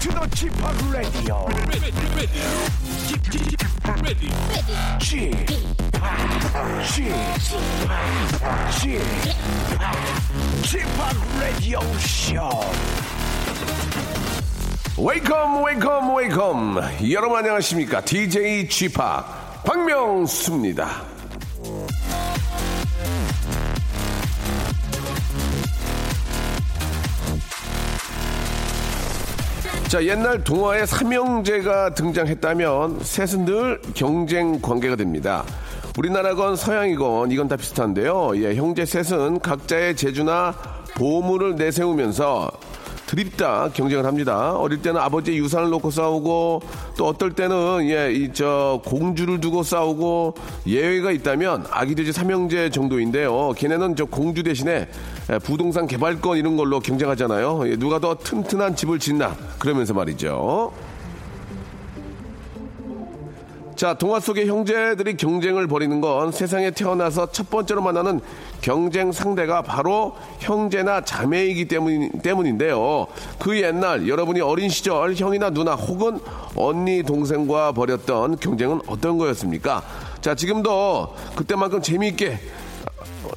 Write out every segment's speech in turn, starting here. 지팍 지팍 라디오 ready, ready, Keep- keep- keep ready. 지팍 지팍 지팍 지팍 라디오 쇼 웨이컴 웨이컴 웨이컴 여러분 안녕하십니까 DJ g 파 박명수입니다 자 옛날 동화에 삼형제가 등장했다면 셋은 늘 경쟁 관계가 됩니다 우리나라건 서양이건 이건 다 비슷한데요 예, 형제 셋은 각자의 재주나 보물을 내세우면서 드립다 경쟁을 합니다. 어릴 때는 아버지의 유산을 놓고 싸우고 또 어떨 때는 예, 이 저 공주를 두고 싸우고 예외가 있다면 아기 돼지 삼형제 정도인데요. 걔네는 저 공주 대신에 예, 부동산 개발권 이런 걸로 경쟁하잖아요. 예, 누가 더 튼튼한 집을 짓나 그러면서 말이죠. 자, 동화 속의 형제들이 경쟁을 벌이는 건 세상에 태어나서 첫 번째로 만나는 경쟁 상대가 바로 형제나 자매이기 때문, 때문인데요. 그 옛날 여러분이 어린 시절 형이나 누나 혹은 언니, 동생과 벌였던 경쟁은 어떤 거였습니까? 자, 지금도 그때만큼 재미있게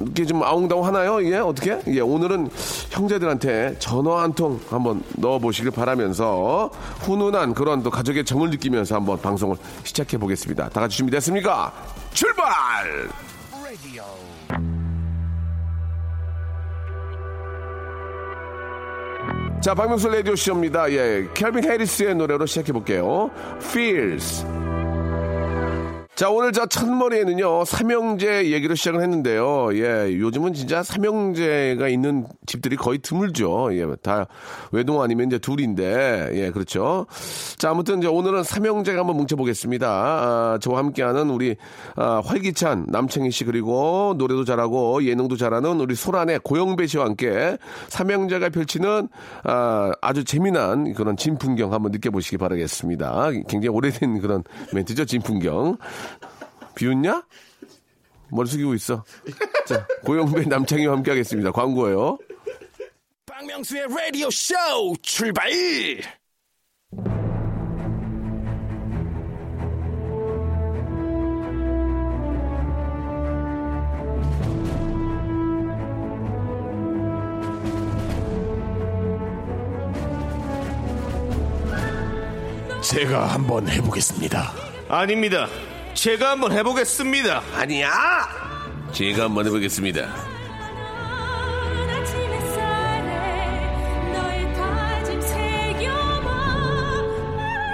이렇게 좀 아웅다웅 하나요? 이게 어떻게? 예, 오늘은 형제들한테 전화 한 통 한번 넣어보시길 바라면서 훈훈한 그런 또 가족의 정을 느끼면서 한번 방송을 시작해 보겠습니다. 다 같이 준비됐습니까? 출발! 자, 박명수 라디오 쇼입니다. 예, 켈빈 해리스의 노래로 시작해 볼게요. Feels. 자, 오늘 저 첫머리에는요, 삼형제 얘기로 시작을 했는데요. 예, 요즘은 진짜 삼형제가 있는 집들이 거의 드물죠. 예, 다 외동 아니면 이제 둘인데, 예, 그렇죠. 자, 아무튼 이제 오늘은 삼형제가 한번 뭉쳐보겠습니다. 아, 저와 함께하는 우리, 아, 활기찬 남창희 씨 그리고 노래도 잘하고 예능도 잘하는 우리 소란의 고영배 씨와 함께 삼형제가 펼치는, 아, 아주 재미난 그런 진풍경 한번 느껴보시기 바라겠습니다. 굉장히 오래된 그런 멘트죠, 진풍경. 비웃냐? 머리 숙이고 있어. 자, 고영배 남창희와 함께 하겠습니다. 광고예요. 박명수의 라디오 쇼 출발! 제가 한번 해보겠습니다. 아닙니다. 제가 한번 해보겠습니다. 아니야! 제가 한번 해보겠습니다. 아침 햇살에 너의 다짐 새겨봐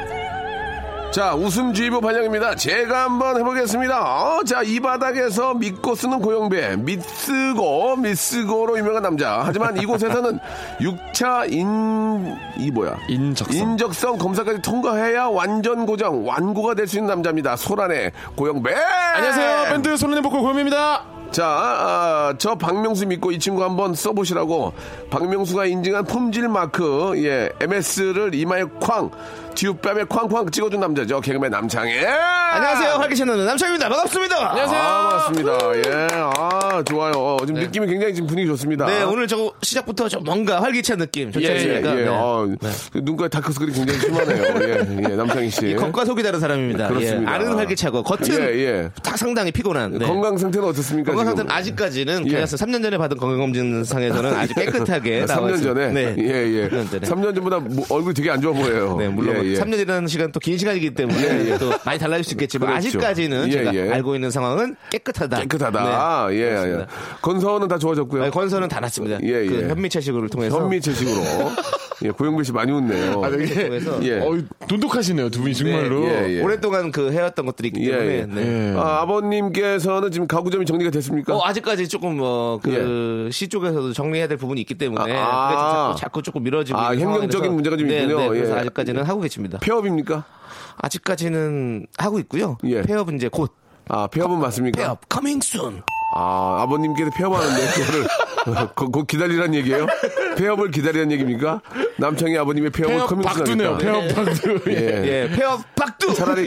아직 자, 웃음주의보 발령입니다. 제가 한번 해보겠습니다. 어, 자, 이 바닥에서 믿고 쓰는 고영배, 믿쓰고, 믿쓰고로 유명한 남자. 하지만 이곳에서는 6차 인, 이 뭐야? 인적성. 인적성 검사까지 통과해야 완전 고정, 완고가 될 수 있는 남자입니다. 소란의 고영배! 네. 안녕하세요. 밴드 소년의 보컬 고현입니다. 자, 아, 저 박명수 믿고 이 친구 한번 써보시라고. 박명수가 인증한 품질 마크, 예, MS를 이마에 쾅, 뒷뺨에 쾅쾅 찍어준 남자죠. 개그맨 남창희. 안녕하세요. 활기찬 남자 남창입니다. 반갑습니다. 안녕하세요. 아, 반갑습니다. 예, 아, 좋아요. 어, 지금 느낌이 굉장히 지금 분위기 좋습니다. 네, 오늘 저 시작부터 좀 뭔가 활기찬 느낌 좋지 않습니까? 아. 예, 예. 네. 아, 그 눈가에 다크스크린 굉장히 심하네요. 예, 예, 남창희 씨. 이 겉과 속이 다른 사람입니다. 그렇습니다. 예, 아는 활기차고 겉은 예, 예. 다 상당히 피곤한. 네. 건강 상태는 어떻습니까? 건강 지금? 상태는 아직까지는 예. 그래서 3년 전에 받은 건강검진상에서는 아주 깨끗하게 나와 3년 있습니다. 전에? 네. 예, 예. 3년 전에. 3년 전보다 뭐 얼굴이 되게 안 좋아 보여요. 네, 예, 물론 예. 3년이라는 시간 또 긴 시간이기 때문에 예, 예. 또 많이 달라질 수 있겠지만 그렇죠. 아직까지는 예, 제가 예. 알고 있는 상황은 깨끗하다. 깨끗하다. 아, 네, 예, 예. 그렇습니다. 건서는 다 좋아졌고요. 네, 건설은 다 났습니다. 예, 예. 그 현미채식으로 통해서. 현미 채식으로. 예, 고영배 씨 많이 웃네요. 아, 되게 그래서 뭐 예. 어, 돈독하시네요. 두 분이 정말로. 예, 예. 오랫동안 그 해왔던 것들이 있기 예, 때문에. 예. 네. 예. 아, 아버님께서는 지금 가구점이 정리가 됐습니까? 어, 아직까지 조금 뭐그시 쪽에서도 정리해야 될 부분이 있기 때문에 예. 아, 아. 그래서 자꾸, 자꾸 조금 미뤄지고 아, 있는 행정적인 상황이라서. 문제가 좀 네, 있군요. 네, 그래서 예. 아직까지는 하고 계십니다. 폐업입니까? 아직까지는 하고 있고요. 예. 폐업 이제 곧 아, 폐업은 맞습니까? 폐업 coming soon. 아, 아버님께서 폐업하는데, 그거를 곧, 곧 기다리란 얘기예요 폐업을 기다리란 얘기입니까? 남창희 아버님의 폐업을 폐업 커밍순하니까. 박두네요. 폐업 박두. 예. 예. 예, 폐업 박두. 차라리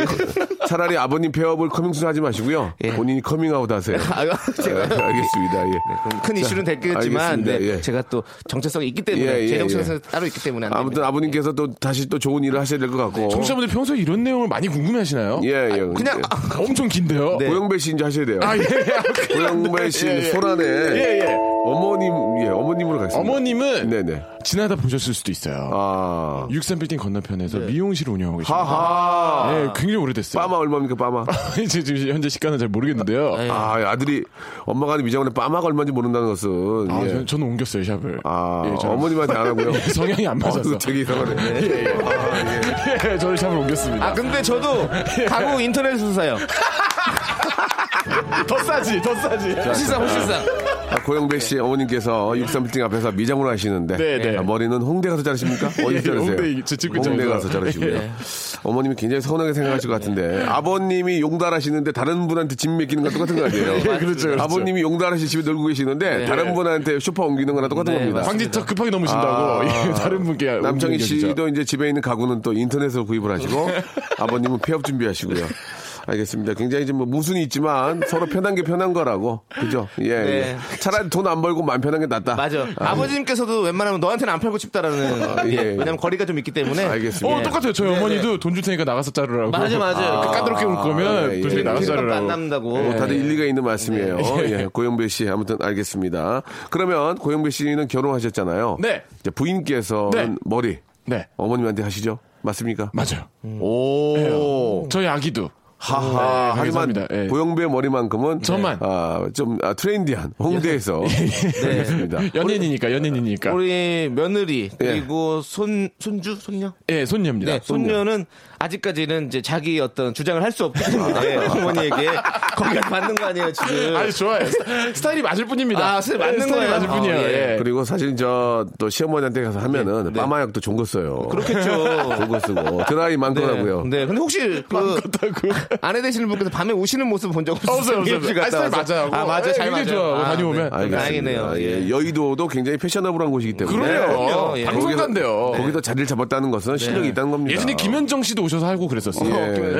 차라리 아버님 폐업을 커밍순 하지 마시고요. 예. 본인이 커밍아웃 하세요. 아유, 네, 제가 아, 알겠습니다. 예. 그럼 큰 이슈는 됐겠지만 알겠습니다. 네, 예. 제가 또 정체성이 있기 때문에 예, 예, 제 정체성 예. 이 따로 있기 때문에 안 아무튼 됩니다. 아버님께서 또 다시 또 좋은 일을 하셔야 될 것 같고. 청취자분들 평소에 이런 내용을 많이 궁금해하시나요? 예, 예. 그냥 아, 엄청 긴데요. 네. 고영배 씨 이제 하셔야 돼요. 아 예. 고영배 씨 예, 예. 소란에 예, 예. 어머님 예 어머님으로 가겠습니다. 어머님은 네네. 지나다 보셨을 수도 있어요. 아 육삼 빌딩 건너편에서 미용실을 운영하고 계십니다. 하하. 예, 굉장히 오래됐어요. 빠마 얼마입니까 빠마? 이제 지금 현재 시가는 잘 모르겠는데요. 아, 아 아들이 엄마가 하는 미장원에 빠마가 얼마인지 모른다는 것은. 예. 아, 저는, 저는 옮겼어요 샵을. 아, 예, 저는- 어머님한테 안 하고요. 예, 성향이 안 맞아서. 어, 되게 이상하네. 아, 예, 저는 샵을 옮겼습니다. 아, 근데 저도 가구 인터넷에서 사요. 더 싸지, 더 싸지. 훨씬 싸, 훨씬 싸. 아, 고영배 씨 어머님께서 63빌딩 앞에서 미장으로 하시는데 네, 네. 아, 머리는 홍대 가서 자르십니까? 예, 어디 자르세요? 홍대, 저집 근처에서. 홍대 가서 자르십니다. 네. 어머님이 굉장히 서운하게 생각하실 것 같은데 아버님이 용달하시는데 다른 분한테 집 맡기는 거 똑같은 거 아니에요? 예, 그렇죠, 네. 그렇죠. 아버님이 용달하시 집에 놀고 계시는데 다른 분한테 쇼파 옮기는 거나 똑같은 네, 겁니다. 황진터 급하게 넘으신다고 예, 다른 음, 분께 남창희 옮겨주죠. 씨도 이제 집에 있는 가구는 또 인터넷으로 구입을 하시고 아버님은 폐업 준비하시고요. 알겠습니다. 굉장히 좀뭐 모순이 있지만 서로 편한 게 편한 거라고 그죠? 예. 네. 예. 차라리 돈 안 벌고 마음 편한 게 낫다. 맞아. 아, 버님께서도 웬만하면 너한테는 안 팔고 싶다라는. 아, 예, 예, 예. 왜냐면 거리가 좀 있기 때문에. 알겠습니다. 어 똑같아요. 저희 어머니도 돈 줄 테니까 나가서 네, 자르라고. 그 맞아, 맞아. 까- 까다롭게 올 거면 예, 예. 돈 줄게 나가서 길값도 안 자르라고. 남다고. 뭐 다들 예. 일리가 있는 말씀이에요. 네. 예, 고영배 씨 아무튼 알겠습니다. 그러면 고영배 씨는 결혼하셨잖아요. 네. 이제 부인께서는 네. 머리 네, 어머님한테 하시죠? 맞습니까? 맞아요. 음. 오. 저희 아기도 하하. 네, 하지만 감사합니다. 예. 고영배 머리만큼은 저만. 아, 좀 아, 트렌디한 홍대에서 예. 알겠습니다. 연예인이니까 연예인이니까. 우리 며느리 그리고 손 손주 손녀 예, 손녀입니다. 네, 손녀는 아직까지는 이제 자기 어떤 주장을 할 수 없기 때문에 아. 어머니에게 거기가 맞는 거 아니에요 지금 아니 좋아요. 스- 스타일이 맞을 뿐입니다. 아, 스타일 맞는 예, 스타일이 거예요? 맞을 뿐이에요. 아, 예. 예. 그리고 사실 저 또 시어머니한테 가서 하면은 마마약도 좋은 거 써요. 좋은 네. 그렇겠죠. 거 쓰고 드라이 네, 많더라고요. 네, 근데 혹시 그 그렇다고. 아내 되시는 분께서 밤에 우시는 모습 본 적 없어요, 없으세요? 없어요. 혹시 갔다 아, 스타일 와서? 맞아요. 아, 맞아요. 예, 잘 굉장히 맞아요. 좋아요. 아, 다녀오면. 네. 알겠습니다. 다행이네요. 예. 예, 여의도도 굉장히 패셔너블한 곳이기 때문에 그래요. 그럼요. 네. 예. 방송가인데요. 거기서 자리를 잡았다는 것은 실력이 있다는 겁니다. 예전에 김현정 씨도 오셔서 하고 그랬었어요.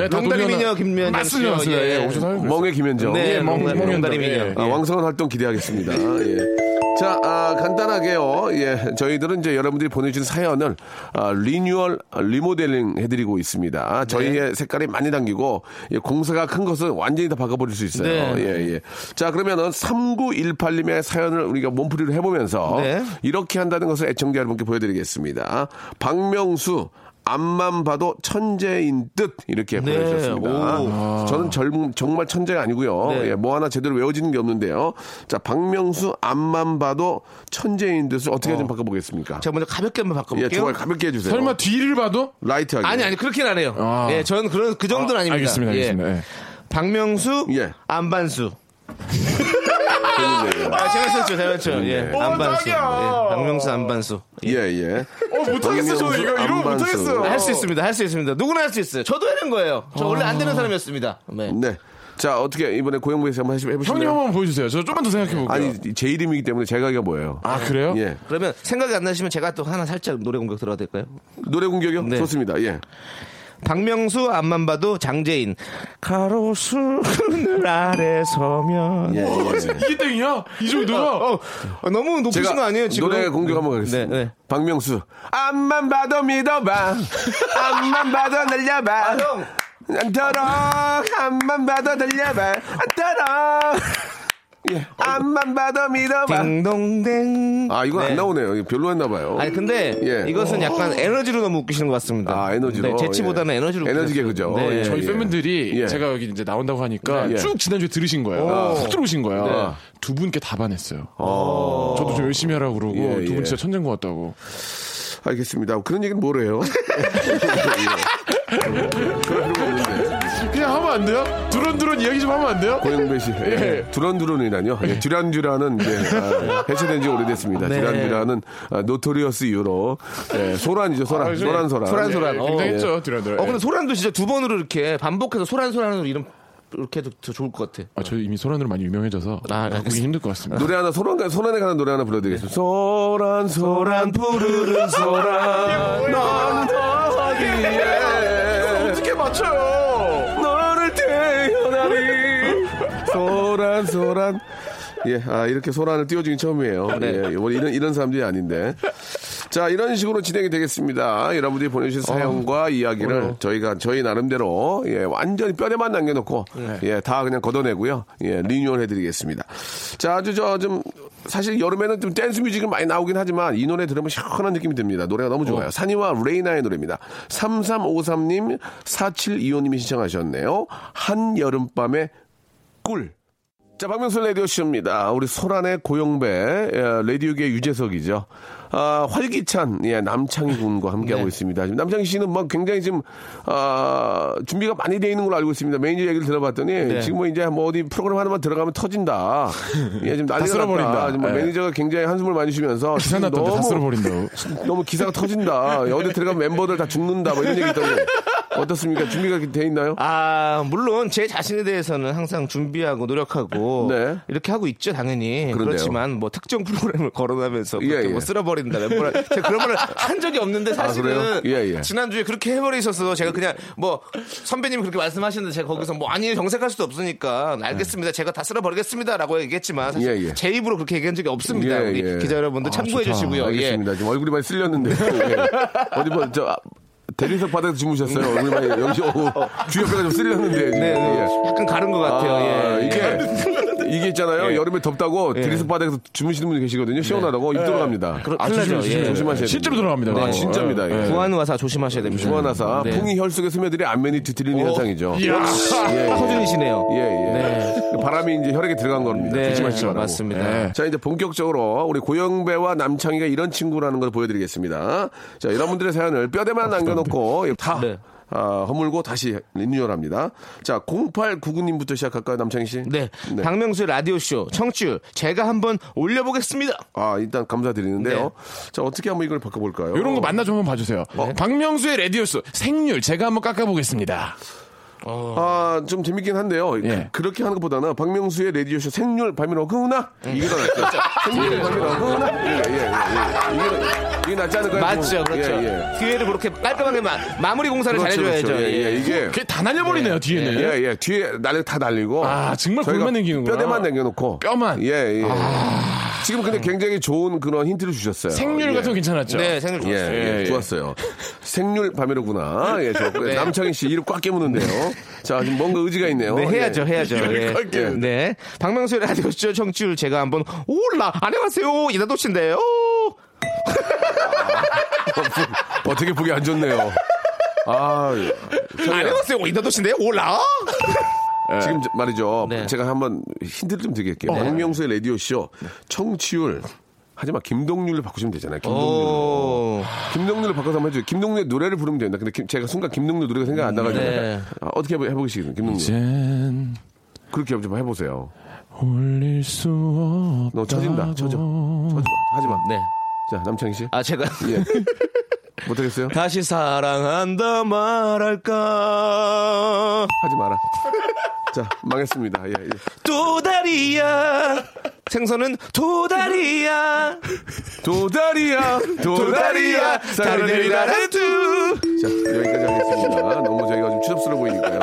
예. 농다리 미녀 김현정 씨요. 맞습니다. 맞습니다. 예. 예, 오셔서 하고 그랬어요. 멍의 김현정. 네, 예, 멍- 멍- 멍- 멍다리미녀. 예. 아, 예. 왕성한 활동 기대하겠습니다. 예. 자, 아, 간단하게요. 예, 저희들은 이제 여러분들이 보내주신 사연을 아, 리뉴얼 아, 리모델링 해드리고 있습니다. 네. 저희의 색깔이 많이 담기고 예, 공사가 큰 것은 완전히 다 바꿔버릴 수 있어요. 네. 예, 예. 자, 그러면은 3918님의 사연을 우리가 몸풀이를 해보면서 네. 이렇게 한다는 것을 애청자 여러분께 보여드리겠습니다. 박명수 앞만 봐도 천재인 듯 이렇게 네. 보내주셨습니다. 오. 저는 젊, 정말 천재가 아니고요. 네. 예, 뭐 하나 제대로 외워지는 게 없는데요. 자, 박명수 앞만 봐도 천재인 듯을 어떻게 좀 바꿔보겠습니까? 네. 제가 먼저 가볍게 한번 예, 바꿔볼게요. 정말 가볍게 해주세요. 설마 뒤를 봐도? 라이트하게. 아니 아니 그렇긴 안 해요. 아. 예, 저는 그런 그 정도는 아, 아닙니다. 알겠습니다, 알겠습니다. 예. 박명수, 예. 안반수. 재밌네요. 아, 제가 했었죠, 제가 했죠. 예, 음, 오, 안반수. 예, 저기요. 박명수 안반수. 예, 예. 어, 못하겠어요. 저 박명수, 이거 이러면 안반수. 못하겠어요. 할 수 있습니다, 할 수 있습니다. 누구나 할 수 있어요. 저도 해낸 거예요. 저 원래 아. 안 되는 사람이었습니다. 네. 네. 자, 어떻게 이번에 고영부에서 한번 해보- 해보실래요? 형님 한번 보여주세요. 저 좀만 더 생각해볼게요. 아니, 제 이름이기 때문에 제가가 뭐예요? 아, 그래요? 예. 그러면 생각이 안 나시면 제가 또 하나 살짝 노래 공격 들어가도 될까요? 노래 공격이요? 네. 좋습니다. 예. 박명수 안만 봐도 장재인 가로수 그늘 아래 서면 예, 예. 이게 땡이야? 이 정도야? 어, 어, 너무 높으신 제가 거 아니에요 지금? 노래 공격 한번 가겠습니다. 네, 네. 박명수. 앞만 봐도 믿어봐. 앞만 봐도 아, 날려봐. 형. 안더러 앞만 봐도 날려봐. 안더러 아, 예. 앞만 봐도 믿어봐. 딩동댕 아 이건 네. 안 나오네요. 이거 별로였나 봐요. 아니 근데 예. 이것은 약간 에너지로 너무 웃기시는 것 같습니다. 아, 에너지로. 네, 재치보다는 예. 에너지로. 에너지게 웃기셨어요. 그죠? 네. 예, 저희 예. 팬분들이 예. 제가 여기 이제 나온다고 하니까 네. 쭉 지난주에 들으신 거예요. 훅 들어오신 거예요. 두 분께 다 반했어요. 저도 좀 열심히 하라고 그러고 예, 두 분 예. 진짜 천재인 것 같다고. 알겠습니다. 그런 얘기는 뭐래요? 그냥 하면 안 돼요? 두런두런 이야기 좀 하면 안 돼요? 예. 고영배 씨. 예. 네. 두런두런이라뇨. 예. 듀란듀란은 이제 아, 해체된 지 오래됐습니다. 네. 듀란듀란은 아, 노토리어스 이후로 예, 소란이죠. 소란. 아, 그래. 소란 소란. 소란 예, 소란. 예, 어. 굉장했죠, 두런두런. 어 근데 소란도 진짜 두 번으로 이렇게 반복해서 소란 소란으로 이름 이렇게 해도 더 좋을 것 같아. 아, 저 이미 소란으로 많이 유명해져서 아, 바꾸기 알겠습니다. 힘들 것 같습니다. 노래 하나 소란 소란에 관한 노래 하나 불러드리겠습니다. 소란 소란 부르는 소란 넌 어디에 어떻게 맞춰요? 너를 태어나리 소란 소란 예, 아 이렇게 소란을 띄워주긴 처음이에요. 예, 원래 이런 이런 사람들이 아닌데. 자, 이런 식으로 진행이 되겠습니다. 여러분들이 보내주신 사연과 이야기를 저희가 저희 나름대로 예, 완전히 뼈대만 남겨놓고 예, 다 그냥 걷어내고요. 예, 리뉴얼 해드리겠습니다. 자, 아주 저 좀 사실 여름에는 좀 댄스 뮤직은 많이 나오긴 하지만 이 노래 들으면 시원한 느낌이 듭니다. 노래가 너무 좋아요. 산이와 레이나의 노래입니다. 3353님, 4725님이 신청하셨네요. 한여름밤의 꿀. 자, 박명수 라디오 쇼입니다. 우리 소란의 고영배, 예, 라디오계 유재석이죠. 아, 활기찬, 예, 남창희 군과 함께하고 네. 있습니다. 지금 남창희 씨는 막 굉장히 지금, 아, 준비가 많이 돼 있는 걸로 알고 있습니다. 매니저 얘기를 들어봤더니, 네. 지금 뭐 이제 뭐 어디 프로그램 하나만 들어가면 터진다. 예, 지금 난리가 났다. 쓸어버린다. 지금 뭐 예. 매니저가 굉장히 한숨을 많이 쉬면서. 기사 지금 났던데 다 너무 쓸어버린다고. 너무 기사가 터진다. 어디 들어가면 멤버들 다 죽는다. 뭐 이런 얘기 있던데. 어떻습니까? 준비가 이렇게 돼 있나요? 아 물론 제 자신에 대해서는 항상 준비하고 노력하고 네. 이렇게 하고 있죠 당연히 그런데요. 그렇지만뭐 특정 프로그램을 거론하면서 그렇게 예, 예. 뭐 쓸어버린다 멤버라 제가 그런 말을 한 적이 없는데 그래요? 사실은 예, 예. 지난주에 그렇게 해버리셔서 제가 그냥 뭐 선배님이 그렇게 말씀하시는데 제가 거기서 뭐 아니 정색할 수도 없으니까 네, 알겠습니다 제가 다 쓸어버리겠습니다라고 얘기했지만 사실 예, 예. 제 입으로 그렇게 얘기한 적이 없습니다 예, 우리 예. 기자 여러분들 참고해 주시고요 예. 아, 알겠습니다. 지금 얼굴이 많이 쓸렸는데. 예. 어디 뭐, 저, 아, 대리석 바닥에서 주무셨어요. 얼굴이 많이, 여기, 오, 주옆에가 좀 쓸렸는데. 지금. 음. 네, 네. 예. 약간 가른 것 같아요 아, 예. 이게, 이게 있잖아요. 여름에 덥다고 대리석 바닥에서 주무시는 분이 계시거든요. 시원하다고. 입 돌아갑니다. 네. 그러- 아, 큰일 조심, 나죠. 조심, 예. 조심하셔야 돼요. 실제로 돌아갑니다. 아, 그거. 진짜입니다. 예. 구한 와사 조심하셔야 됩니다. 중환화사 네. 풍이 혈 속에 스며들이 안면이 뒤틀리는 현상이죠. 이야. 어. 예, 예. 허준이시네요. 예, 예. 네. 바람이 이제 혈액에 들어간 겁니다. 네, 조심하시기 바라고. 맞습니다. 예. 자, 이제 본격적으로 우리 고영배와 남창희가 이런 친구라는 걸 보여드리겠습니다. 자, 여러분들의 사연을 뼈대만 남겨놓고 다 아, 네. 아, 허물고 다시 리뉴얼합니다. 자, 0899님부터 시작할까요, 남창희 씨? 네. 박명수의 라디오쇼, 청취율, 제가 한번 올려보겠습니다. 아, 일단 감사드리는데요. 네. 자, 어떻게 한번 이걸 바꿔볼까요? 이런 거 만나 좀 한번 봐주세요. 박명수의 레디오스 생률 제가 한번 깎아보겠습니다. 아, 좀 재밌긴 한데요. 예. 그, 렇게 하는 것보다는 박명수의 레디오쇼 생률 밤이 러그나 이게 더 낫죠. 생률 밤이 러그나 예, 예, 예. 이게, 더- 이게 낫지 않을까요? 맞죠, 뭐, 그렇죠. 예, 예. 기회를 그렇게 깔끔하게 마, 마무리 공사를 그렇죠, 잘해줘야죠. 그렇죠. 예, 예. 예. 이게 그게 다 날려버리네요 뒤에는. 예, 예. 뒤에 날려 다 날리고. 아, 정말 저희가 골만 남기는구나. 뼈대만 남겨놓고. 뼈만? 예, 예. 지금 근데 굉장히 좋은 그런 힌트를 주셨어요. 생률 예. 같은 거 괜찮았죠. 네, 생일 예, 좋았어요. 예, 예. 좋았어요. 생률 밤이로구나. 예, 좋았고. 네. 남창희 씨 이를 꽉 깨무는데요. 자, 지금 뭔가 의지가 있네요. 네, 예. 해야죠, 해야죠. 예. 깔게. 네. 박명수의 라디오쇼, 청취율, 제가 한번 올라! 안녕하세요! 이다도씨인데요! 어, 되게 보기 안 좋네요. 아, 안녕하세요! 이다도씨인데요? 올라! 지금 저- 말이죠. 네. 제가 한번 힌트를 좀 드릴게요. 박명수의 라디오쇼 청취율. 하지만 김동률로 바꾸시면 되잖아요. 김동률. 오. 김동률로 바꿔서 한번 해줘요. 김동률의 노래를 부르면 된다. 근데 김- 제가 순간 김동률 노래가 생각 안 나가지고. 네. 아, 어떻게 해보, 해보시겠어요? 김동률. 젠 그렇게 좀 해보세요. 올릴 수 없다. 너 처진다. 처져. 처지 마. 하지 마. 네. 자, 남창희 씨. 아, 제가. 예. 못하겠어요? 다시 사랑한다 말할까 하지 마라. 자, 망했습니다. 예, 예. 도다리야 생선은 도다리야 도다리야, 도다리야, 다른 다리야. 나라두 자, 여기까지 하겠습니다. 너무 저희가 좀 추잡스러워 보이니까요.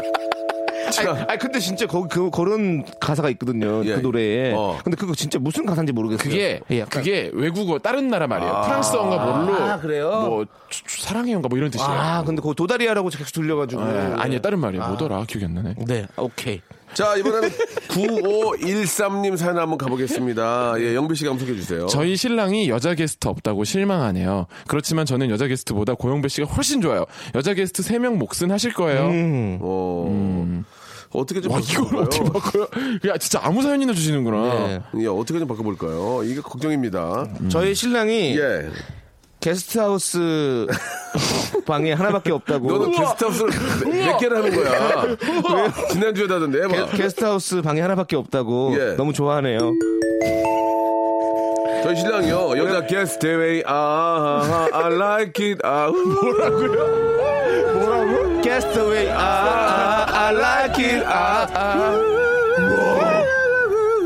자, 아 근데 진짜 거기 그, 그런 가사가 있거든요 예, 그 노래에 어. 근데 그거 진짜 무슨 가사인지 모르겠어요 그게 예, 약간. 네. 그게 외국어 다른 나라 말이에요. 프랑스어인가 뭘로 아, 그래요? 뭐 추- 추- 사랑해요인가 뭐 이런 뜻이에요. 아 근데 그거 도다리야라고 계속 들려가지고 예. 아, 니에요 다른 말이에요. 뭐더라 기억이 안 나네. 네 오케이 자, 이번에는 9513님 사연 한번 가보겠습니다. 예, 영비 씨가 한번 소개해 주세요. 저희 신랑이 여자 게스트 없다고 실망하네요. 그렇지만 저는 여자 게스트보다 고영배 씨가 훨씬 좋아요. 여자 게스트 3명 몫은 하실 거예요. 어, 어떻게 좀 음. 와, 이걸 바꿔볼까요? 어떻게 바꿔요? 야, 진짜 아무 사연이나 주시는구나. 네. 예, 어떻게 좀 바꿔볼까요? 이게 걱정입니다. 저희 신랑이 음. 예. 게스트하우스 방에 하나밖에 없다고 너는 게스트하우스를 몇, 몇 개를 하는 거야? 지난주에 다던데, 뭐. 해봐. 게, 스트하우스 방이 하나밖에 없다고 예. 너무 좋아하네요. 저희 신랑이요. 네. 여자 게스트 웨이, 아, 아, 아, I like it, 아, 뭐라고요? Castaway, I, I, I like 아, it 아,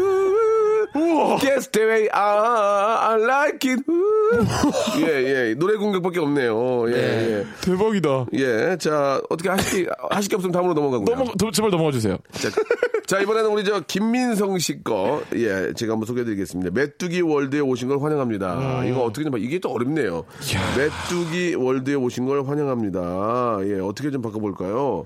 out. Guess the way I like it. 예, 예. 노래 공격밖에 없네요. 예, 예. 대박이다. 예. 자, 어떻게 하실 게, 하실 게 없으면 다음으로 넘어가고요. 넘어, 도, 제발 넘어가 주세요. 자, 자, 이번에는 우리 저 김민성 씨 거. 예, 제가 한번 소개해 드리겠습니다. 메뚜기 월드에 오신 걸 음. 환영합니다. 이거 어떻게 좀 바- 이게 또 어렵네요. 메뚜기 월드에 오신 걸 환영합니다. 예, 어떻게 좀 바꿔 볼까요?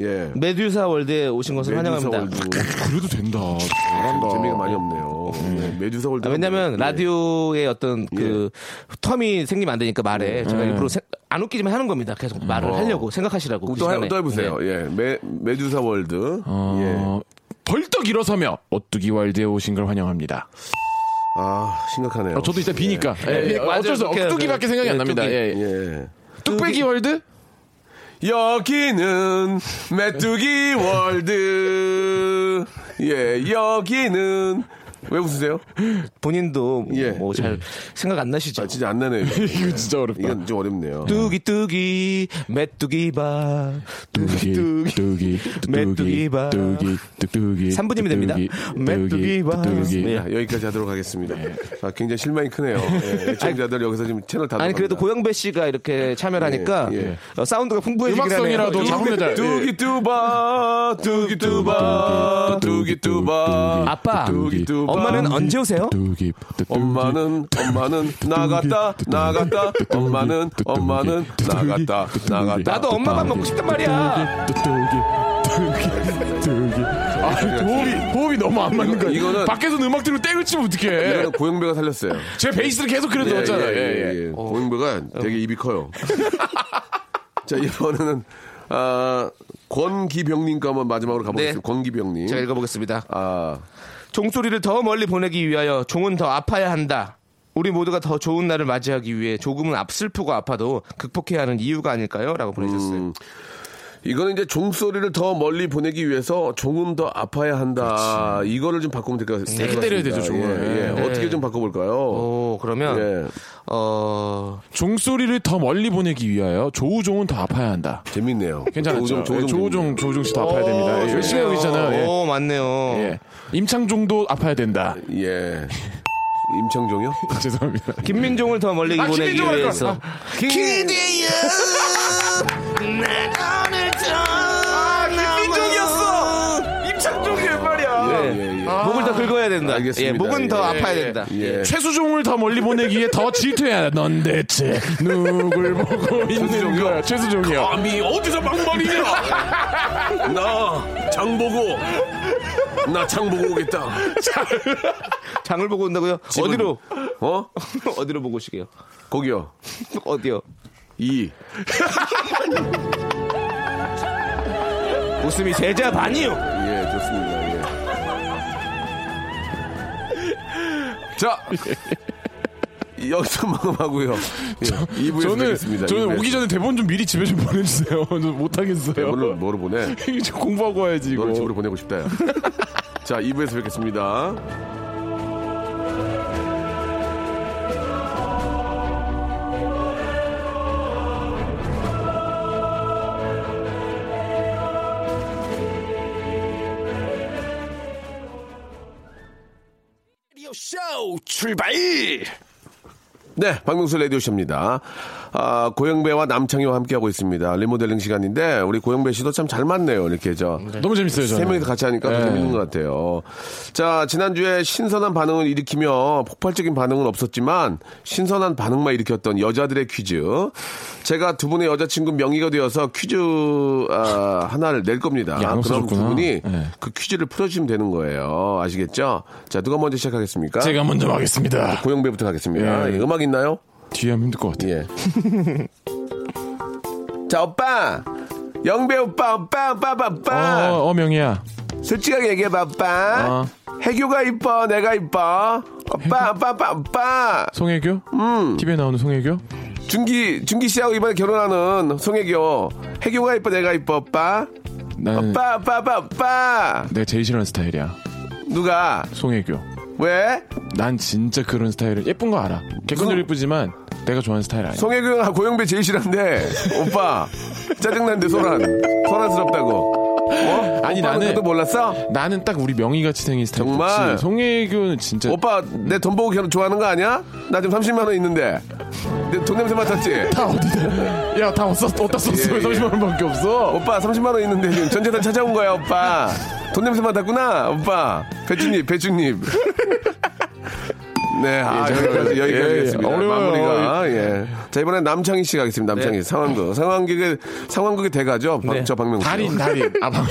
예. 메듀사 월드에 오신 것을 메두사 환영합니다. 월드. 그래도 된다. 좀 재미가 많이 없네요. 예, 메두사 월드. 아, 왜냐면 라디오의 어떤 예. 그 텀이 생기면 안 되니까 말에 음. 제가 일부러 생- 안 웃기지만 하는 겁니다. 계속 말을 하려고 생각하시라고. 그 어. 예. 또, 해, 시간에. 또 해보세요. 네. 예, 메, 메두사 월드. 예. 어, 벌떡 일어서며 오뚜기 월드에 오신 걸 환영합니다. 아, 심각하네요. 어, 저도 일단 비니까 예, 예, 맞아요. 어쩔 수 없어 그렇게 오뚜기밖에 해야 돼요. 생각이 예, 안 납니다. 뚜기. 예, 예. 예. 뚝배기 월드? 여기는 메뚜기 월드. 예, 여기는 왜 웃으세요? 본인도 예. 뭐 잘 생각 안 나시죠? 아, 진짜 안 나네요. 이거. 이거 진짜 어렵다. 이건 좀 어렵네요. 뚜기 뚜기 메뚜기 바 뚜기 뚜기 뚜기, 메뚜기 바. 뚜기, 3분이면 됩니다. 뚜기, 예. 메뚜기 바. 자, 예, 여기까지 하도록 하겠습니다. 아, 굉장히 실망이 크네요. 예, 애청자들 여기서 지금 채널 다 아니 그래도 들어갑니다. 고영배 씨가 이렇게 참여를 하니까 예. 어, 사운드가 풍부해지긴 음악성이라도 하네요. 자국의 달. 뚜기 뚜바, 뚜기 뚜바, 뚜기 뚜바. 아빠 뚜기 뚜바. 엄마는 언제 오세요? 뚜기, 뚜기. 엄마는 엄마는 나갔다 나갔다 엄마는 엄마는 나갔다 나갔다 나도 엄마 밥 먹고 싶단 말이야. 뚜기, 뚜기, 뚜기. 아, 호흡이, 호흡이 너무 안 맞는 거야. 이거는- 밖에서는 음악 들으면 땡을 치면 어떡해. 이거는 고영배가 살렸어요. 제 베이스를 계속 그래 넣었잖아요. 예, 예. 예. 고영배가 되게 입이 커요. 자 이번에는 아, 권기병님과 한번 마지막으로 가보겠습니다. 네. 권기병님. 제가 읽어보겠습니다. 아 종소리를 더 멀리 보내기 위하여 종은 더 아파야 한다. 우리 모두가 더 좋은 날을 맞이하기 위해 조금은 앞 슬프고 아파도 극복해야 하는 이유가 아닐까요? 라고 보내셨어요. 음. 이거는 이제 종소리를 더 멀리 보내기 위해서 종은 더 아파야 한다. 이거를 좀 바꾸면 될것 같습니다. 세게 때려야 네, 되죠, 종을. 예, 예. 네. 어떻게 좀 바꿔볼까요? 오, 그러면, 예. 어, 종소리를 더 멀리 보내기 위하여 조우종은 더 아파야 한다. 재밌네요. 괜찮아요. 조우종, 조우종 예, 조우종, 조우종 씨도 아파야 됩니다. 예, 열심히 하고 있잖아요. 예. 어, 오, 맞네요. 예. 임창종도 아파야 된다. 예. 임창종이요? 죄송합니다. 김민종을 더 멀리 보내기 아, 김민종 할 위해서. 기대요! 나 오늘 아, 김민종이었어! 임창종이란 아. 말이야! 예, 예, 예. 목을 더 긁어야 된다. 알겠습니다. 예, 목은 예, 더 예, 아파야 예. 된다. 예. 최수종을 더 멀리 보내기 위해 더 질투해야 한다. 넌 대체 누굴 보고 있는 최수종이요? 아, 거야? 최수종이요. 감히 어디서 막말이냐? 나 장보고 나 장보고 오겠다. 장을 보고 온다고요? 어디로? 어? 어디로 보고 오시게요? 거기요. 어디요? 이. 웃음이 제자 반이요. 예, 좋습니다. 예. 자. 여기서 마감하고요. 예, 2부에서 저는 뵙겠습니다. 저는 2부에서. 예, 오기 전에 대본 좀 미리 집에 좀 보내주세요. 저못 하겠어요. 물론 뭐로 보내? 이제 공부하고 와야지 이거. 너를 네, 집으로 보내고 싶다. 야. 자, 2부에서 뵙겠습니다. 라디오 쇼 출발! 네, 박명수 라디오쇼입니다. 아, 고영배와 남창희와 함께하고 있습니다. 리모델링 시간인데, 우리 고영배 씨도 참 잘 맞네요. 이렇게 저. 너무 재밌어요. 세 저는. 명이서 같이 하니까 더 예. 재밌는 것 같아요. 자, 지난주에 신선한 반응을 일으키며 폭발적인 반응은 없었지만 신선한 반응만 일으켰던 여자들의 퀴즈. 제가 두 분의 여자친구 명의가 되어서 퀴즈 아, 하나를 낼 겁니다. 야, 안 그럼 두 없어졌구나. 분이 예. 그 퀴즈를 풀어주시면 되는 거예요. 아시겠죠? 자, 누가 먼저 시작하겠습니까? 제가 먼저 하겠습니다. 아, 고영배부터 가겠습니다. 예. 예, 음악 있나요? 뒤에 하면 힘들 것 같아요. 예. 자, 오빠! 영배 오빠, 오빠, 오빠, 오빠, 오빠! 어, 어 명이야. 솔직하게 얘기해봐, 어. 오빠. 해교가 이뻐, 내가 이뻐. 오빠, 오빠, 오빠, 오빠. 송혜교? 음. TV에 나오는 송혜교? 준기, 준기 씨하고 이번에 결혼하는 송혜교. 해교가 이뻐, 내가 이뻐, 오빠. 나는 오빠, 오빠, 오빠, 오빠. 내가 제일 싫어하는 스타일이야. 누가? 송혜교. 왜? 난 진짜 그런 스타일을 예쁜 거 알아. 객관적으로 예쁘지만 내가 좋아하는 스타일 아니야. 송혜교가 고영배 제일 싫은데, 오빠. 짜증난데, 소란. 소란스럽다고. 어? 아니, 오빠는 나는- 그것도 몰랐어? 나는 딱 우리 명희같이 생긴 스타일. 정말? 좋지. 송혜교는 진짜. 오빠 내 돈 보고 결혼 좋아하는 거 아니야? 나 지금 30만 원 있는데 내 돈 냄새 맡았지? 다 어디다? 야, 다 어디다 어디다 썼어? 예, 왜 예. 30만 원밖에 없어? 오빠 30만 원 있는데 지금 전재산 찾아온 거야 오빠 돈 냄새 맡았구나 오빠 배추잎 배추잎 네, 아, 예, 잘 여기까지, 여기까지 예, 예. 했습니다. 어려워요. 네. 마무리가, 예. 자, 이번엔 남창희 씨가 하겠습니다. 남창희. 상황극. 상황극의, 상황극의 대가죠? 박- 네. 저 박명수. 달인, 달인. 아, 방-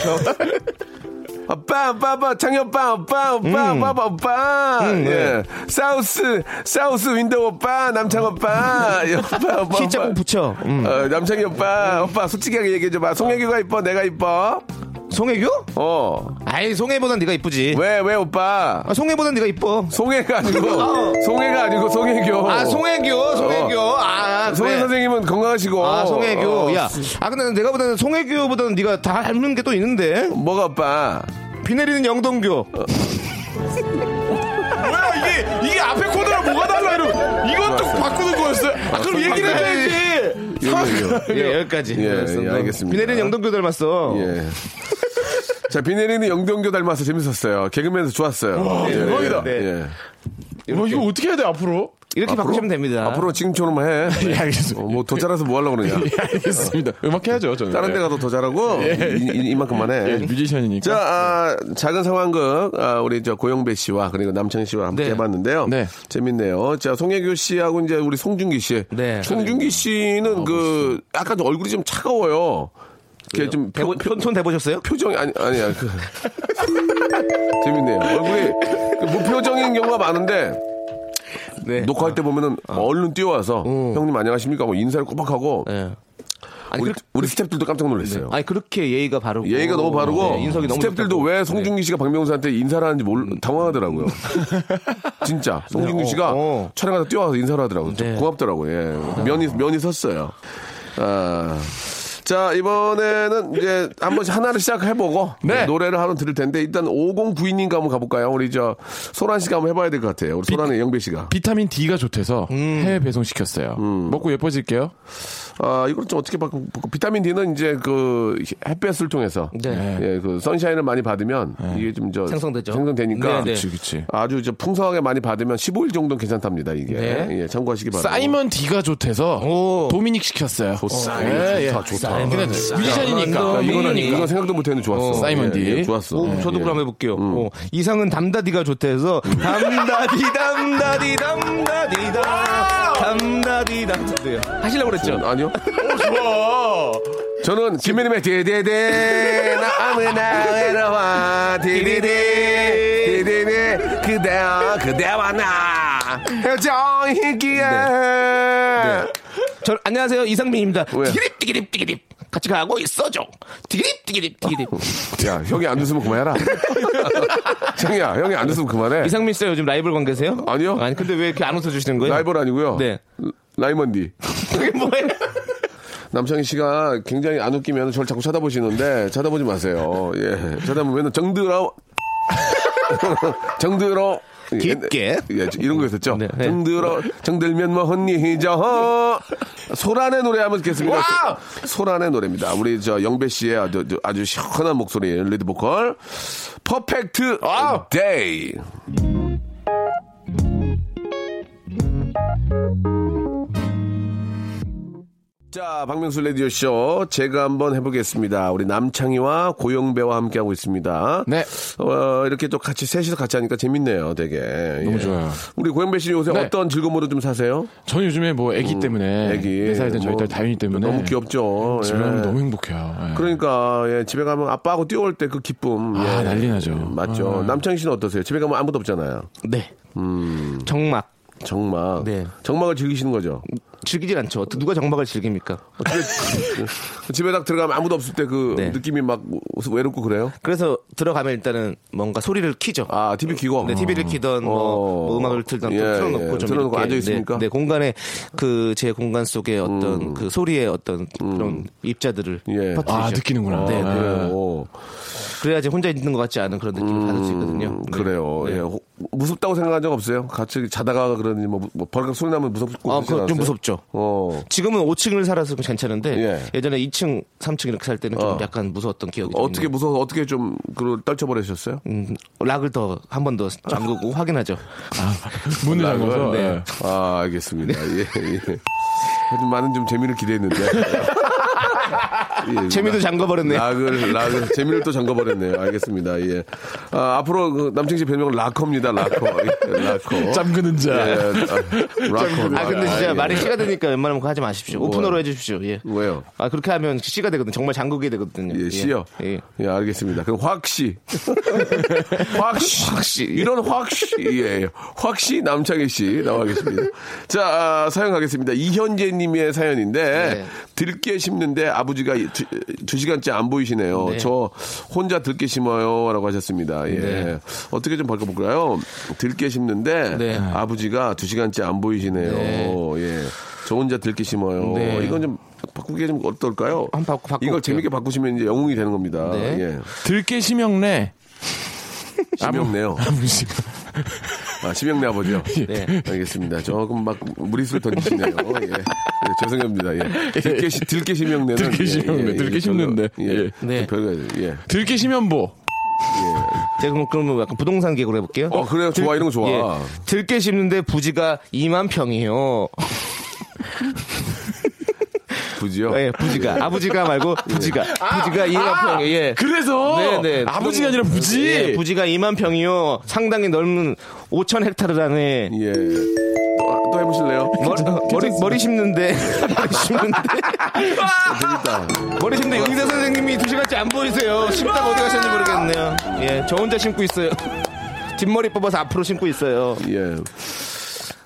오빠, 오빠, 오빠, 창희 오빠, 오빠, 오빠, 음. 오빠, 오빠, 오빠. 네. 음, 예. 사우스, 사우스 윈도우 오빠, 남창 오빠. 예, 오빠, 오빠. 진짜 오빠. 꼭 붙여. 음. 어, 남창희 오빠, 오빠, 솔직하게 얘기해줘봐. 송혜교가 이뻐, 내가 이뻐. 송혜교? 어. 아이 송혜보단 네가 이쁘지. 왜, 왜, 오빠? 아, 송혜보단 네가 이뻐. 송혜가 아니고, 송혜가 아니고, 송혜교. 어. 아 송혜교, 송혜교. 아 송혜 그래. 선생님은 건강하시고. 아 송혜교. 어, 야, 아 근데 내가 보다는 송혜교보다는 네가 다 닮는 게 또 있는데. 뭐가 오빠? 비 내리는 영동교. 뭐야, 이게, 이게 앞에 코드랑 뭐가 달라, 이러 이것도 바꾸는 거였어요? 아, 그럼 얘기를 해야지. 이거, 이거. 예, 여기까지. 예, 그래서 예, 알겠습니다. 비 내리는 영동교 닮았어. 예. 자, 비 내리는 영동교 닮아서 재밌었어요. 개그맨에서 좋았어요. 예, 대박이다. 예, 예. 뭐, 이거 어떻게 해야 돼, 앞으로? 이렇게 바꾸시면 됩니다. 앞으로 지금처럼 해. 예, 알겠습니다. 어, 예, 뭐더 잘해서 뭐 하려고 그러냐. 알겠습니다. 음악 해야죠, 저는. 예. 다른 데 가도 더 잘하고 이, 만큼만 해. 예, 뮤지션이니까. 네. 자, 아, 작은 상황극 아, 우리 저 고영배 씨와 그리고 남창희 씨와 함께 네. 해봤는데요. 네. 재밌네요. 자, 송혜교 씨하고 이제 우리 송중기 씨. 네. 어, 송중기 씨는 그 약간 얼굴이 좀 차가워요. 이렇게 좀 표, 대보, 표, 손 대보셨어요? 표정이 아니 아니야. 그, 재밌네요. 얼굴이 그 무표정인 경우가 많은데 네. 녹화할 때 보면은 얼른 뛰어와서 형님 안녕하십니까 하고 인사를 꼬박하고 예. 음. 아니, 우리, 그렇게, 우리 스탭들도 깜짝 놀랐어요. 아니 그렇게 예의가 바르고 예의가 너무 바르고 네, 인석이 너무 스탭들도 좋다고. 왜 송중기 씨가 박명수한테 인사를 하는지 몰, 당황하더라고요. 진짜 송중기 네, 씨가 어, 어. 촬영하다 뛰어와서 인사를 하더라고요. 좀 네. 고맙더라고요. 예. 면이 면이 섰어요. 아. 자 이번에는 이제 한 번씩 하나를 시작해보고 네. 노래를 하나 들을 텐데 일단 5092님과 한번 가볼까요? 우리 저 소란 씨가 한번 해봐야 될 것 같아요. 우리 소란의 영배 씨가 비타민 D가 좋대서 음. 해외 배송 시켰어요. 먹고 예뻐질게요. 아 이걸 좀 어떻게 바꾸 비타민 D는 이제 그 햇볕을 통해서 네. 예, 그 선샤인을 많이 받으면 이게 좀 저 생성되죠. 생성되니까 네, 네. 그치, 그치. 아주 저 풍성하게 많이 받으면 15일 정도는 괜찮답니다. 이게 네. 예, 참고하시기 바랍니다. 사이먼 D가 좋대서 오. 도미닉 시켰어요. 사이먼 예, 예. 좋다, 좋다. 사이먼. 근데 야, 아, 뮤지션이니까. 이거는 아, 그러니까 미니언이니까. 이거 생각도 못했는데 좋았어. 어. 사이먼 D. 예, 음. 예, 좋았어. 오, 저도 그럼 해볼게요. 어, 이상은 담다디가 좋대서 담다디 담다디 담다디다 담다디다 네, 하시려고 그랬죠? 어, 아니요. 어, 저는 김민임의 디디디 나는 나와 디디디 디디디 그대와 그대와 나 네. 헤어져이기에 저 안녕하세요 이상민입니다. 왜? 디립 디립 디립 같이 가고 있어줘. 디립 디립 디립. 어. 야 형이 안 웃으면 그만해라. 형이야 형이 안 웃으면 그만해. 이상민 씨 요즘 라이벌 관계세요? 아니요. 아니 근데 왜 이렇게 안 웃어주시는 거예요? 라이벌 아니고요. 네. 라이먼디. 그게 뭐예요? 남창희 씨가 굉장히 안 웃기면 저를 자꾸 쳐다보시는데 쳐다보지 마세요. 예. 쳐다보면 정드러 정드러 예, 깊게. 예, 이런 거 있었죠. 네, 네. 정들어 정들면 뭐 헌니죠. 소란의 노래 한번 듣겠습니다. 와! 소란의 노래입니다. 우리 저 영배 씨의 아주, 아주 시원한 목소리 리드 보컬 퍼펙트 아. 데이. 자, 박명수 레디오쇼. 제가 한번 해보겠습니다. 우리 남창희와 고영배와 함께하고 있습니다. 네. 어, 이렇게 또 같이, 셋이서 같이 하니까 재밌네요, 되게. 너무 좋아요. 우리 고영배 씨 요새 네. 어떤 즐거움으로 좀 사세요? 저는 요즘에 뭐 애기 때문에 음, 애기. 네살된 저희 뭐, 딸 다윤이 때문에 너무 귀엽죠. 집에 가면 예. 너무 행복해요. 예. 그러니까, 예, 집에 가면 아빠하고 뛰어올 때 그 기쁨. 아, 예. 난리 나죠. 맞죠. 아. 남창희 씨는 어떠세요? 집에 가면 아무도 없잖아요. 네. 음. 정막 정막. 네. 정막을 즐기시는 거죠. 즐기질 않죠. 누가 정막을 즐깁니까? 집에, 집에 딱 들어가면 아무도 없을 때 그 네. 느낌이 막 외롭고 그래요? 그래서 들어가면 일단은 뭔가 소리를 키죠. 아, TV 키고? 네, TV를 키던 어. 뭐, 뭐 음악을 틀던 예, 또 틀어놓고 예. 좀 틀어놓고 이렇게, 앉아있습니까? 음. 네, 네, 공간에 그 제 공간 속에 어떤 그 소리의 어떤 그런 입자들을 예. 퍼뜨리죠. 아 느끼는구나. 네, 아, 네. 오. 그래야지 혼자 있는 것 같지 않은 그런 느낌을 받을 수 있거든요. 네. 그래요. 네. 예. 호- 무섭다고 생각한 적 없어요? 같이 자다가 그러니 뭐, 뭐 벌컥 소리 나면 예. 무섭고 아, 그러진 그건 않았어요? 좀 무섭죠. 어. 지금은 5층을 살아서 괜찮은데 예. 예. 전에 2층, 3층 이렇게 살 때는 좀 어. 약간 무서웠던 기억이 좀 어떻게 있네요. 무서워서 어떻게 좀 그걸 떨쳐버리셨어요? 음, 락을 더 한 번 더 잠그고 확인하죠. 문을 잠궈서 네. 예. 아, 알겠습니다. 예, 네. 예. 하여튼 많은 좀 재미를 기대했는데. 예, 재미도 잠궈버렸네요. 락을, 락을, 재미를 또 잠가버렸네요. 알겠습니다. 예. 아, 앞으로 그 남창 씨 별명은 라커입니다. 라커. 예, 어? 라커. 잠그는 예, 자. 네. 아, 라커. 아 근데 진짜 예. 말이 씨가 되니까 웬만하면 그거 하지 마십시오. 오픈으로 해주십시오. 예. 왜요? 아 그렇게 하면 씨가 되거든. 요 정말 잠그게 되거든요. 예, 씨요. 예. 예. 알겠습니다. 그럼 확씨. 확씨. 확씨. 이런 확씨. 예, 예. 확씨 남창희 씨 나와 계십니다. 자, 아, 사연 가겠습니다. 이현재 님의 사연인데 네. 들깨 심는데 아버지가 두, 두 시간째 안 보이시네요. 네. 저 혼자 들깨 심어요. 라고 하셨습니다. 예. 네. 어떻게 좀 바꿔볼까요? 들깨 심는데 네. 아버지가 두 시간째 안 보이시네요. 네. 예. 저 혼자 들깨 심어요. 네. 이건 좀 바꾸기 좀 어떨까요? 한번 바꾸- 바꿔볼게요. 이걸 재밌게 바꾸시면 이제 영웅이 되는 겁니다. 네. 예. 들깨 심형래. 뭐. 심형래요. 아버지가. 아, 심형래 아버지요. 네. 알겠습니다. 조금 막 무리수를 던지시네요. 예. 예, 죄송합니다. 예. 들깨, 시- 들깨 심형래는. 들깨 심형래, 들깨 심는데. 예. 예. 네. 네. 별거, 아니에요. 예. 들깨 심연보. 제가 그럼 그러면 약간 부동산 계획으로 해볼게요. 예. 어, 그래요. 좋아. 이런 거 좋아. 들깨 심는데 부지가 2만 어. 평이에요. 부지요. 예, 부지가 아버지가 말고 예. 부지가 아, 부지가 2만 평이에요. 예. 그래서 네네. 아버지가 아니라 부지. 예, 부지가 2만 평이요. 상당히 넓은 5천 헥타르라네. 예. 어, 또, 또 해보실래요? 머리, 머리, 머리 심는데 머리 심는데 아! 재밌다. 머리 심는데 용의사 선생님이 두 시간째 안 보이세요. 심다가 어디 가셨는지 모르겠네요. 예, 저 혼자 심고 있어요. 뒷머리 뽑아서 앞으로 심고 있어요. 예.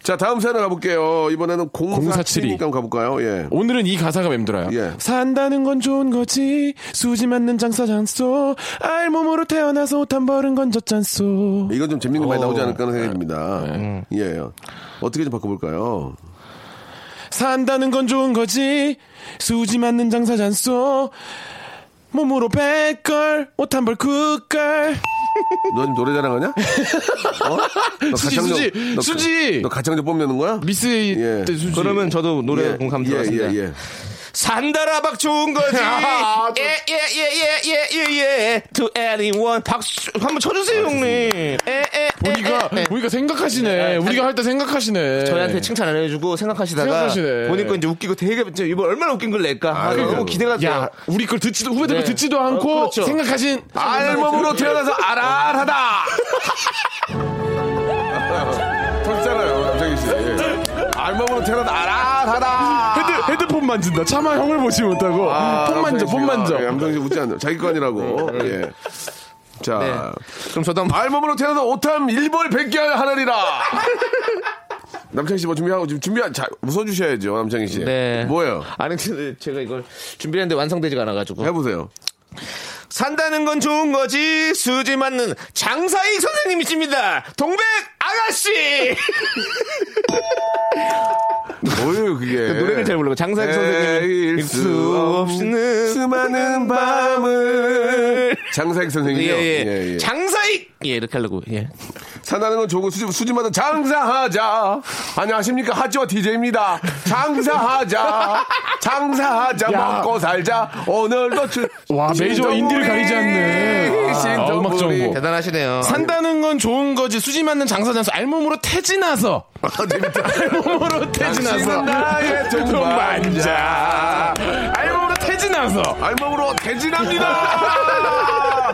자, 다음 사연 가볼게요. 이번에는 0472. 0472. 가볼까요? 예. 오늘은 이 가사가 맴돌아요. 예. 산다는 건 좋은 거지. 수지 맞는 장사 장소. 알몸으로 태어나서 옷 한 벌은 건졌잖소. 이건 좀 재밌는 거 많이 나오지 않을까 하는 생각이 듭니다. 예. 어떻게 좀 바꿔볼까요? 산다는 건 좋은 거지. 수지 맞는 장사 잔소. 몸으로 백걸, 옷 한 벌 국걸. 너 지금 노래 자랑하냐? 어? 너 수지, 수지, 너, 수지! 너 가창력 뽐내는 거야? 미스 예. 때 수지. 그러면 저도 노래 공감 들어왔습니다. 예, 예. 산다라박 좋은 거지. 아, 예, 예, 예, 예, 예, 예, 예. To anyone. 박수 한번 쳐주세요, 형님. 예, 예, 보니까, 예, 예. 보니까 생각하시네. 우리가 할 때 생각하시네. 저희한테 칭찬 안 해주고 생각하시다가 생각하시네. 보니까 이제 웃기고 되게 이제 이번 얼마나 웃긴 걸 낼까 아, 너무 기대가 돼요. 야, 우리 걸 듣지도, 후배들 걸 네. 듣지도 않고, 어, 그렇죠. 생각하신. 아, 알몸으로 태어나서 알알하다! 터지잖아요, 남창희 씨. 예. 알몸으로 태어나서 알알하다! 아, 헤드, 헤드폰 만진다. 차마 형을 보지 못하고. 음, 폰 만져, 폰 만져. 남창희 씨 웃지 않아요. 자기 거 아니라고. 예. 자. 예. 네. 그럼 저도 한번 알몸으로 태어나서 오탐 일벌 100개 하느리라. 남창희 씨 뭐 준비하고 지금 준비 자 웃어 주셔야죠 남창희 씨. 네. 뭐예요? 아니 근데 제가 이걸 준비했는데 완성되지가 않아가지고 해보세요. 산다는 건 좋은 거지 수지 맞는 장사익 선생님이십니다 동백 아가씨 뭐예요 그게? 노래를 잘 몰라요. 장사익 선생님. 일수 없는 수많은 밤을 장사익 선생님이요. 예예 예, 예. 장사익 예 이렇게 하려고 예 산다는 건 좋고 수지, 수지마다 장사하자. 안녕하십니까 하지와 DJ입니다. 장사하자. 장사하자 야. 먹고 살자. 오늘도 출. 와, 아, 메이저와 인디를 가리지 않네. 아, 신동부리. 음악 정보. 대단하시네요 산다는 건 좋은 거지. 수지 맞는 장사 장소. 알몸으로 태진하서. 알몸으로 태진하서. 당신은 나의 동반자. 알몸으로 태진하서. 알몸으로 대진합니다.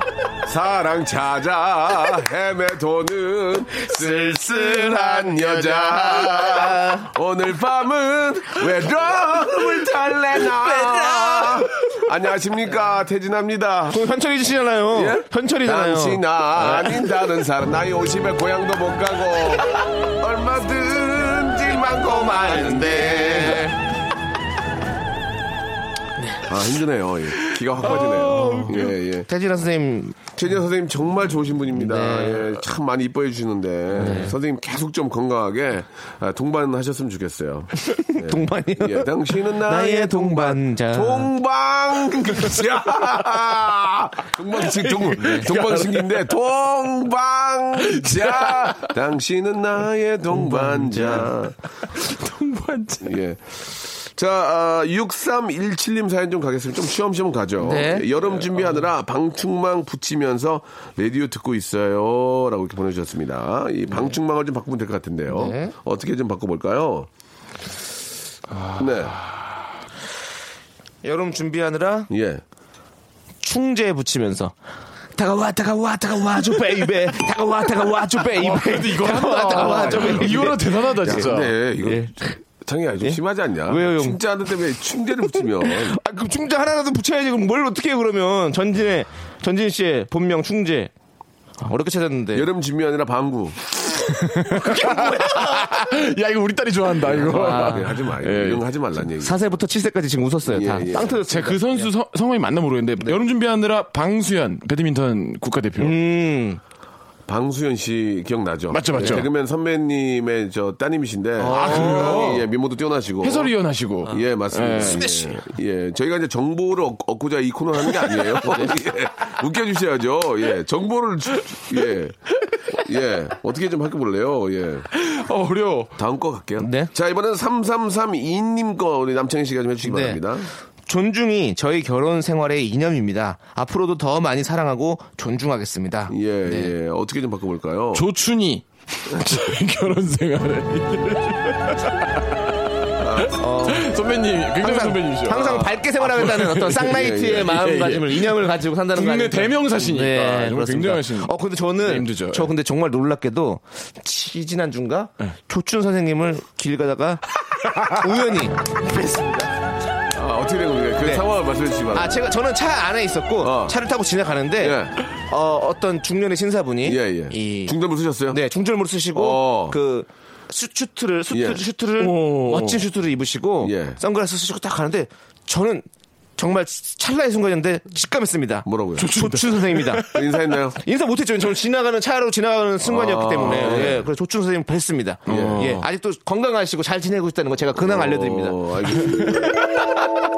사랑 찾아 헤매도는 쓸쓸한 여자. 오늘 밤은 외로움을 달래나. 안녕하십니까 태진합니다. 그 현철이 씨잖아요 예? 현철이잖아요 당신 아닌 다른 사람 나이 50에 고향도 못 가고 얼마든지 많고 많은데 아, 힘드네요. 예. 기가 확 빠지네요. 예, 예. 태진아 선생님 최진영 선생님 정말 좋으신 분입니다. 네. 예, 참 많이 이뻐해 주시는데 선생님 계속 좀 건강하게 아, 동반하셨으면 좋겠어요. 동반이요. 예, 당신은 나의 나의 동 동반자. 동방 자 동방신 동 동방신기인데 동방자 당신은 나의 동반자 동반자. 예. 자, 아, 6317님 사연 좀 가겠습니다. 좀 쉬엄쉬엄 가죠. 네. 예, 여름 준비하느라 방충망 붙이면서 라디오 듣고 있어요. 라고 이렇게 보내주셨습니다. 이 방충망을 좀 바꾸면 될 것 같은데요. 네. 어떻게 좀 바꿔볼까요? 네. 여름 준비하느라 예. 충제 붙이면서 다가와 다가와 다가와 줘 베이베 다가와 다가와 줘 어, 베이베 이거 다가와 다가와 줘 아, 베이베 아, 이거라 대단하다 야, 진짜. 예. 근데 이거 장이야 좀 심하지 않냐? 왜요, 형? 충자하는데 왜 충대를 붙이면? 아, 그럼 충제 하나라도 붙여야지. 그럼 뭘 어떻게 해요, 그러면. 전진의, 전진 씨의 본명 충제. 아, 어렵게 찾았는데. 여름 준비하느라 방구. 야 이거 우리 딸이 좋아한다 이거. 예, 하지 마. 이런 거 하지 말란 얘기. 4세부터 7세까지 지금 웃었어요. 다. 예, 예. 땅 터졌어요. 제가 그 선수 성- 성함이 맞나 모르겠는데 여름 준비하느라 방수현 배드민턴 국가대표. 음. 방수현 씨 기억나죠? 맞죠, 맞죠. 예, 개그맨 선배님의 저 따님이신데 예, 미모도 뛰어나시고 해설위원 하시고. 예, 맞습니다. 스매시. 예, 저희가 이제 정보를 얻- 얻고자 이 코너 하는 게 아니에요. 예, 웃겨주셔야죠. 예, 정보를 주, 예, 예, 어떻게 좀 바꿔볼래요? 예, 어, 어려워. 다음 거 갈게요. 네. 자, 이번엔 3332님 거 우리 남창희 씨가 좀 네. 해주시기 바랍니다. 존중이 저희 결혼 생활의 이념입니다. 앞으로도 더 많이 사랑하고 존중하겠습니다. 예, 예, 어떻게 좀 바꿔볼까요? 조춘희. 결혼 생활에. 선배님, 굉장히 선배님이죠. 항상 밝게 생활하겠다는 어떤 쌍라이트의 아. 예, 예. 마음가짐을 이념을 가지고 산다는 거 국내 아닙니까? 네, 대명사시니까 정말 그렇습니다. 굉장하신 네, 어 근데 저는 힘드죠. 예. 저 근데 정말 놀랍게도 지지난 중가 조춘 선생님을 길 가다가 우연히 아, 어떻게 된 겁니까? 그 네. 상황을 말씀해 주시기 아 바랍니다. 제가 저는 차 안에 있었고 어. 차를 타고 지나가는데 예. 어 어떤 중년의 신사분이 예, 예. 네. 이 중점을 쓰셨어요? 네, 중절모를 쓰시고 어. 그 슈, 슈트를 슈트, 예. 슈트를 오. 멋진 슈트를 입으시고 예. 선글라스 쓰시고 딱 가는데 저는 정말 찰나의 순간이었는데 직감했습니다. 뭐라고요? 조춘 선생입니다. 어, 인사했나요? 인사 못했죠. 저는 지나가는 차로 지나가는 순간이었기 아, 때문에 예. 예. 그래서 조춘 선생님 뵀습니다. 예. 아직도 건강하시고 잘 지내고 있다는 거 제가 근황 알려드립니다. 어, 알겠습니다.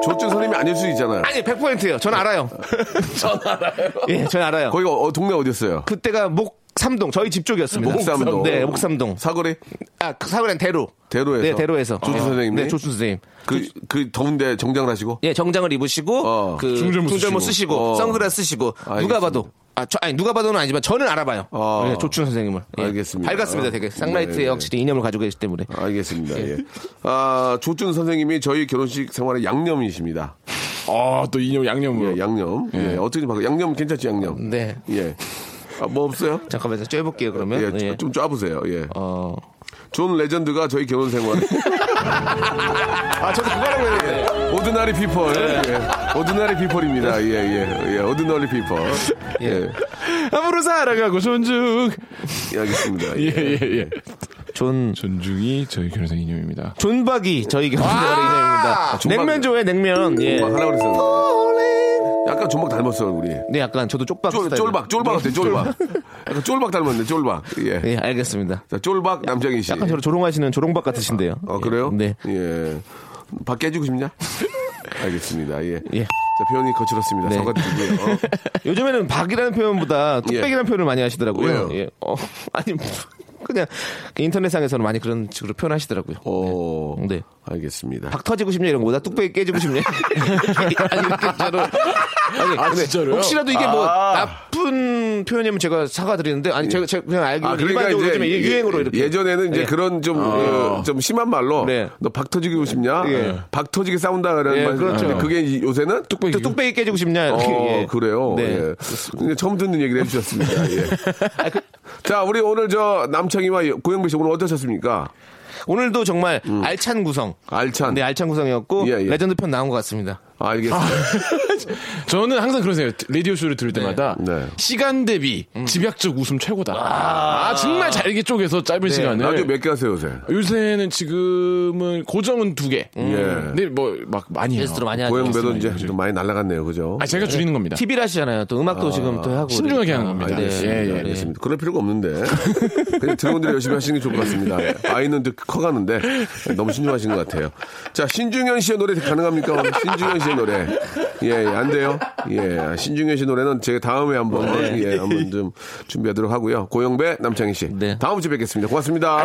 조춘 선생님이 아닐 수 있잖아요. 아니 100%예요. 저는 알아요. 전 알아요. 예, 전 알아요. 거기가 어, 동네 어디였어요? 그때가 목 삼동 저희 집 쪽이었습니다. 목삼동. 네, 목삼동. 사거리? 아, 그 사거리는 대로. 대로에서? 네, 대로에서. 조춘 선생님이? 네, 조춘 선생님. 그, 그 더운데 정장을 하시고? 예, 정장을 입으시고 어. 그 중절모 중절모 쓰시고. 쓰시고 어. 선글라스 쓰시고 알겠습니다. 누가 봐도 아, 저, 아니 누가 봐도는 아니지만 저는 알아봐요. 어. 예, 조춘 선생님을. 예. 알겠습니다. 밝았습니다. 되게 쌍라이트의 네, 네. 확실히 이념을 가지고 계시기 때문에. 알겠습니다. 예. 아, 조준 선생님이 저희 결혼식 생활의 양념이십니다. 아, 또 이념 양념으로. 예, 양념. 예, 어떻게 바꿔? 양념 괜찮지, 양념? 어. 네. 예. 아, 뭐 없어요? 잠깐만요. 쪄 볼게요, 그러면. 예, 예. 좀 쫙보세요. 예. 어. 존 레전드가 저희 결혼 생활. 아, 저도 그거 하려고 했는데. 오드나리 피퍼. 네. 예. 오드나리 피퍼입니다. 예, 예. 예, 오드나리 피퍼. 예. 앞으로 살아가고 존중. 예, 알겠습니다. 예. 예, 예, 예. 존 음, 존중이 저희 결혼 생활 이념입니다. 존박이 저희 결혼생활의 이념입니다. 아! 존박이. 냉면 좋아해 냉면. 예. 하나 그랬었는데. 약간 조막 닮았어요, 우리. 네, 약간 저도 쪽박 쫄, 스타일. 쫄박, 쫄박 어때, 쫄박. 약간 쫄박 닮았네, 쫄박. 예. 네. 예, 알겠습니다. 자, 쫄박 남정희 씨. 약간 저를 조롱하시는 조롱박 같으신데요. 어, 예. 그래요? 예, 네. 예. 밥 깨주고 싶냐? 알겠습니다. 예. 예. 자, 표현이 거칠었습니다. 네. 사과드리고요. 요즘에는 박이라는 표현보다 뚝배기라는 표현을 많이 하시더라고요. 예. 왜요? 예. 어, 아니 그냥 그 인터넷상에서는 많이 그런 식으로 표현하시더라고요. 어, 네. 네. 알겠습니다. 박 터지고 싶냐 이런 거보다 뚝배기 깨지고 싶냐. 아니, 이렇게 저는- 아니, 아, 근데 진짜로요? 혹시라도 이게 뭐 아. 나쁜 표현이면 제가 사과드리는데 아니 제가, 제가 그냥 알기로 아, 는 그러니까 일반적으로 이제 요즘에 예- 유행으로 이렇게 예전에는 이제 예. 그런 좀, 어, 좀 심한 말로 네. 너 박 터지고 싶냐? 네. 예. 박 터지게 싸운다라는 예, 말. 그렇죠. 근데 그게 이- 요새는 또 뚝배기 깨지고 싶냐 이렇게. 어, 예. 그래요. 네. 예. 근데 처음 듣는 얘기를 해주셨습니다. 예. 아, 그- 자, 우리 오늘 저 남창희와 고영배 씨 오늘 어떠셨습니까? 오늘도 정말 알찬 구성. 음. 알찬. 네, 알찬 아, 구성이었고 예, 예. 레전드 편 나온 것 같습니다. 알겠습니다. 네. 저는 항상 그러세요. 라디오 쇼를 들을 때마다 네. 시간 대비 집약적 웃음 최고다. 아, 정말 잘게 쪼개서 짧은 시간을. 라디오 몇 개 하세요, 요새? 요새는 지금은 고정은 두 개. 근데 뭐 막 많이 해요. 예. 게스트로 많이 하죠. 고영배도 이제 좀 많이 날아갔네요, 그죠? 아 제가 줄이는 겁니다. TV를 하시잖아요. 또 음악도 지금 또 하고. 신중하게 하는 아, 네. 겁니다. 알겠습니다. 예, 예, 네. 알겠습니다. 그럴 필요가 없는데. 그냥 들어온들 열심히 하시는 게 좋을 것 같습니다. 아이는 좀 커가는데 너무 신중하신 것 같아요. 자, 신중현 씨의 노래 가능합니까? 오늘 신중현 씨의 노래. 예, 예, 안 돼요? 예, 신중현 씨 노래는 제가 다음에 한번, 예, 한번 좀 준비하도록 하고요. 고영배, 남창희 씨. 네. 다음 주에 뵙겠습니다. 고맙습니다.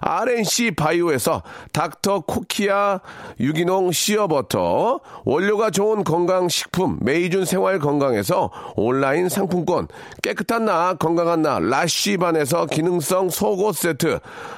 RNC 바이오에서 닥터 코키아 유기농 시어버터, 원료가 좋은 건강식품 메이준 생활건강에서 온라인 상품권, 깨끗한 나 건강한 나 라쉬반에서 기능성 속옷 세트,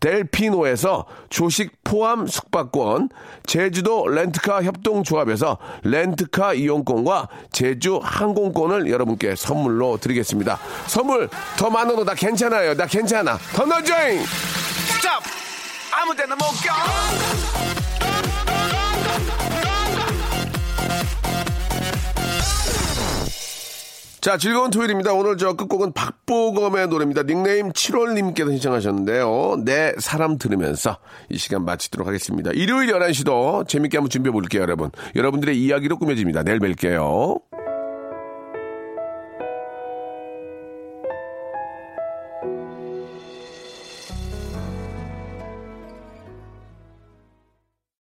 델피노에서 조식 포함 숙박권, 제주도 렌트카 협동조합에서 렌트카 이용권과 제주 항공권을 여러분께 선물로 드리겠습니다. 선물 더 많아도 나 괜찮아요. 나 괜찮아. 더 넣어줘잉! 자, 즐거운 토요일입니다. 오늘 저 끝곡은 박보검의 노래입니다. 닉네임 7월님께서 신청하셨는데요. 내 사람 들으면서 이 시간 마치도록 하겠습니다. 일요일 11시도 재밌게 한번 준비해 볼게요, 여러분. 여러분들의 이야기로 꾸며집니다. 내일 뵐게요.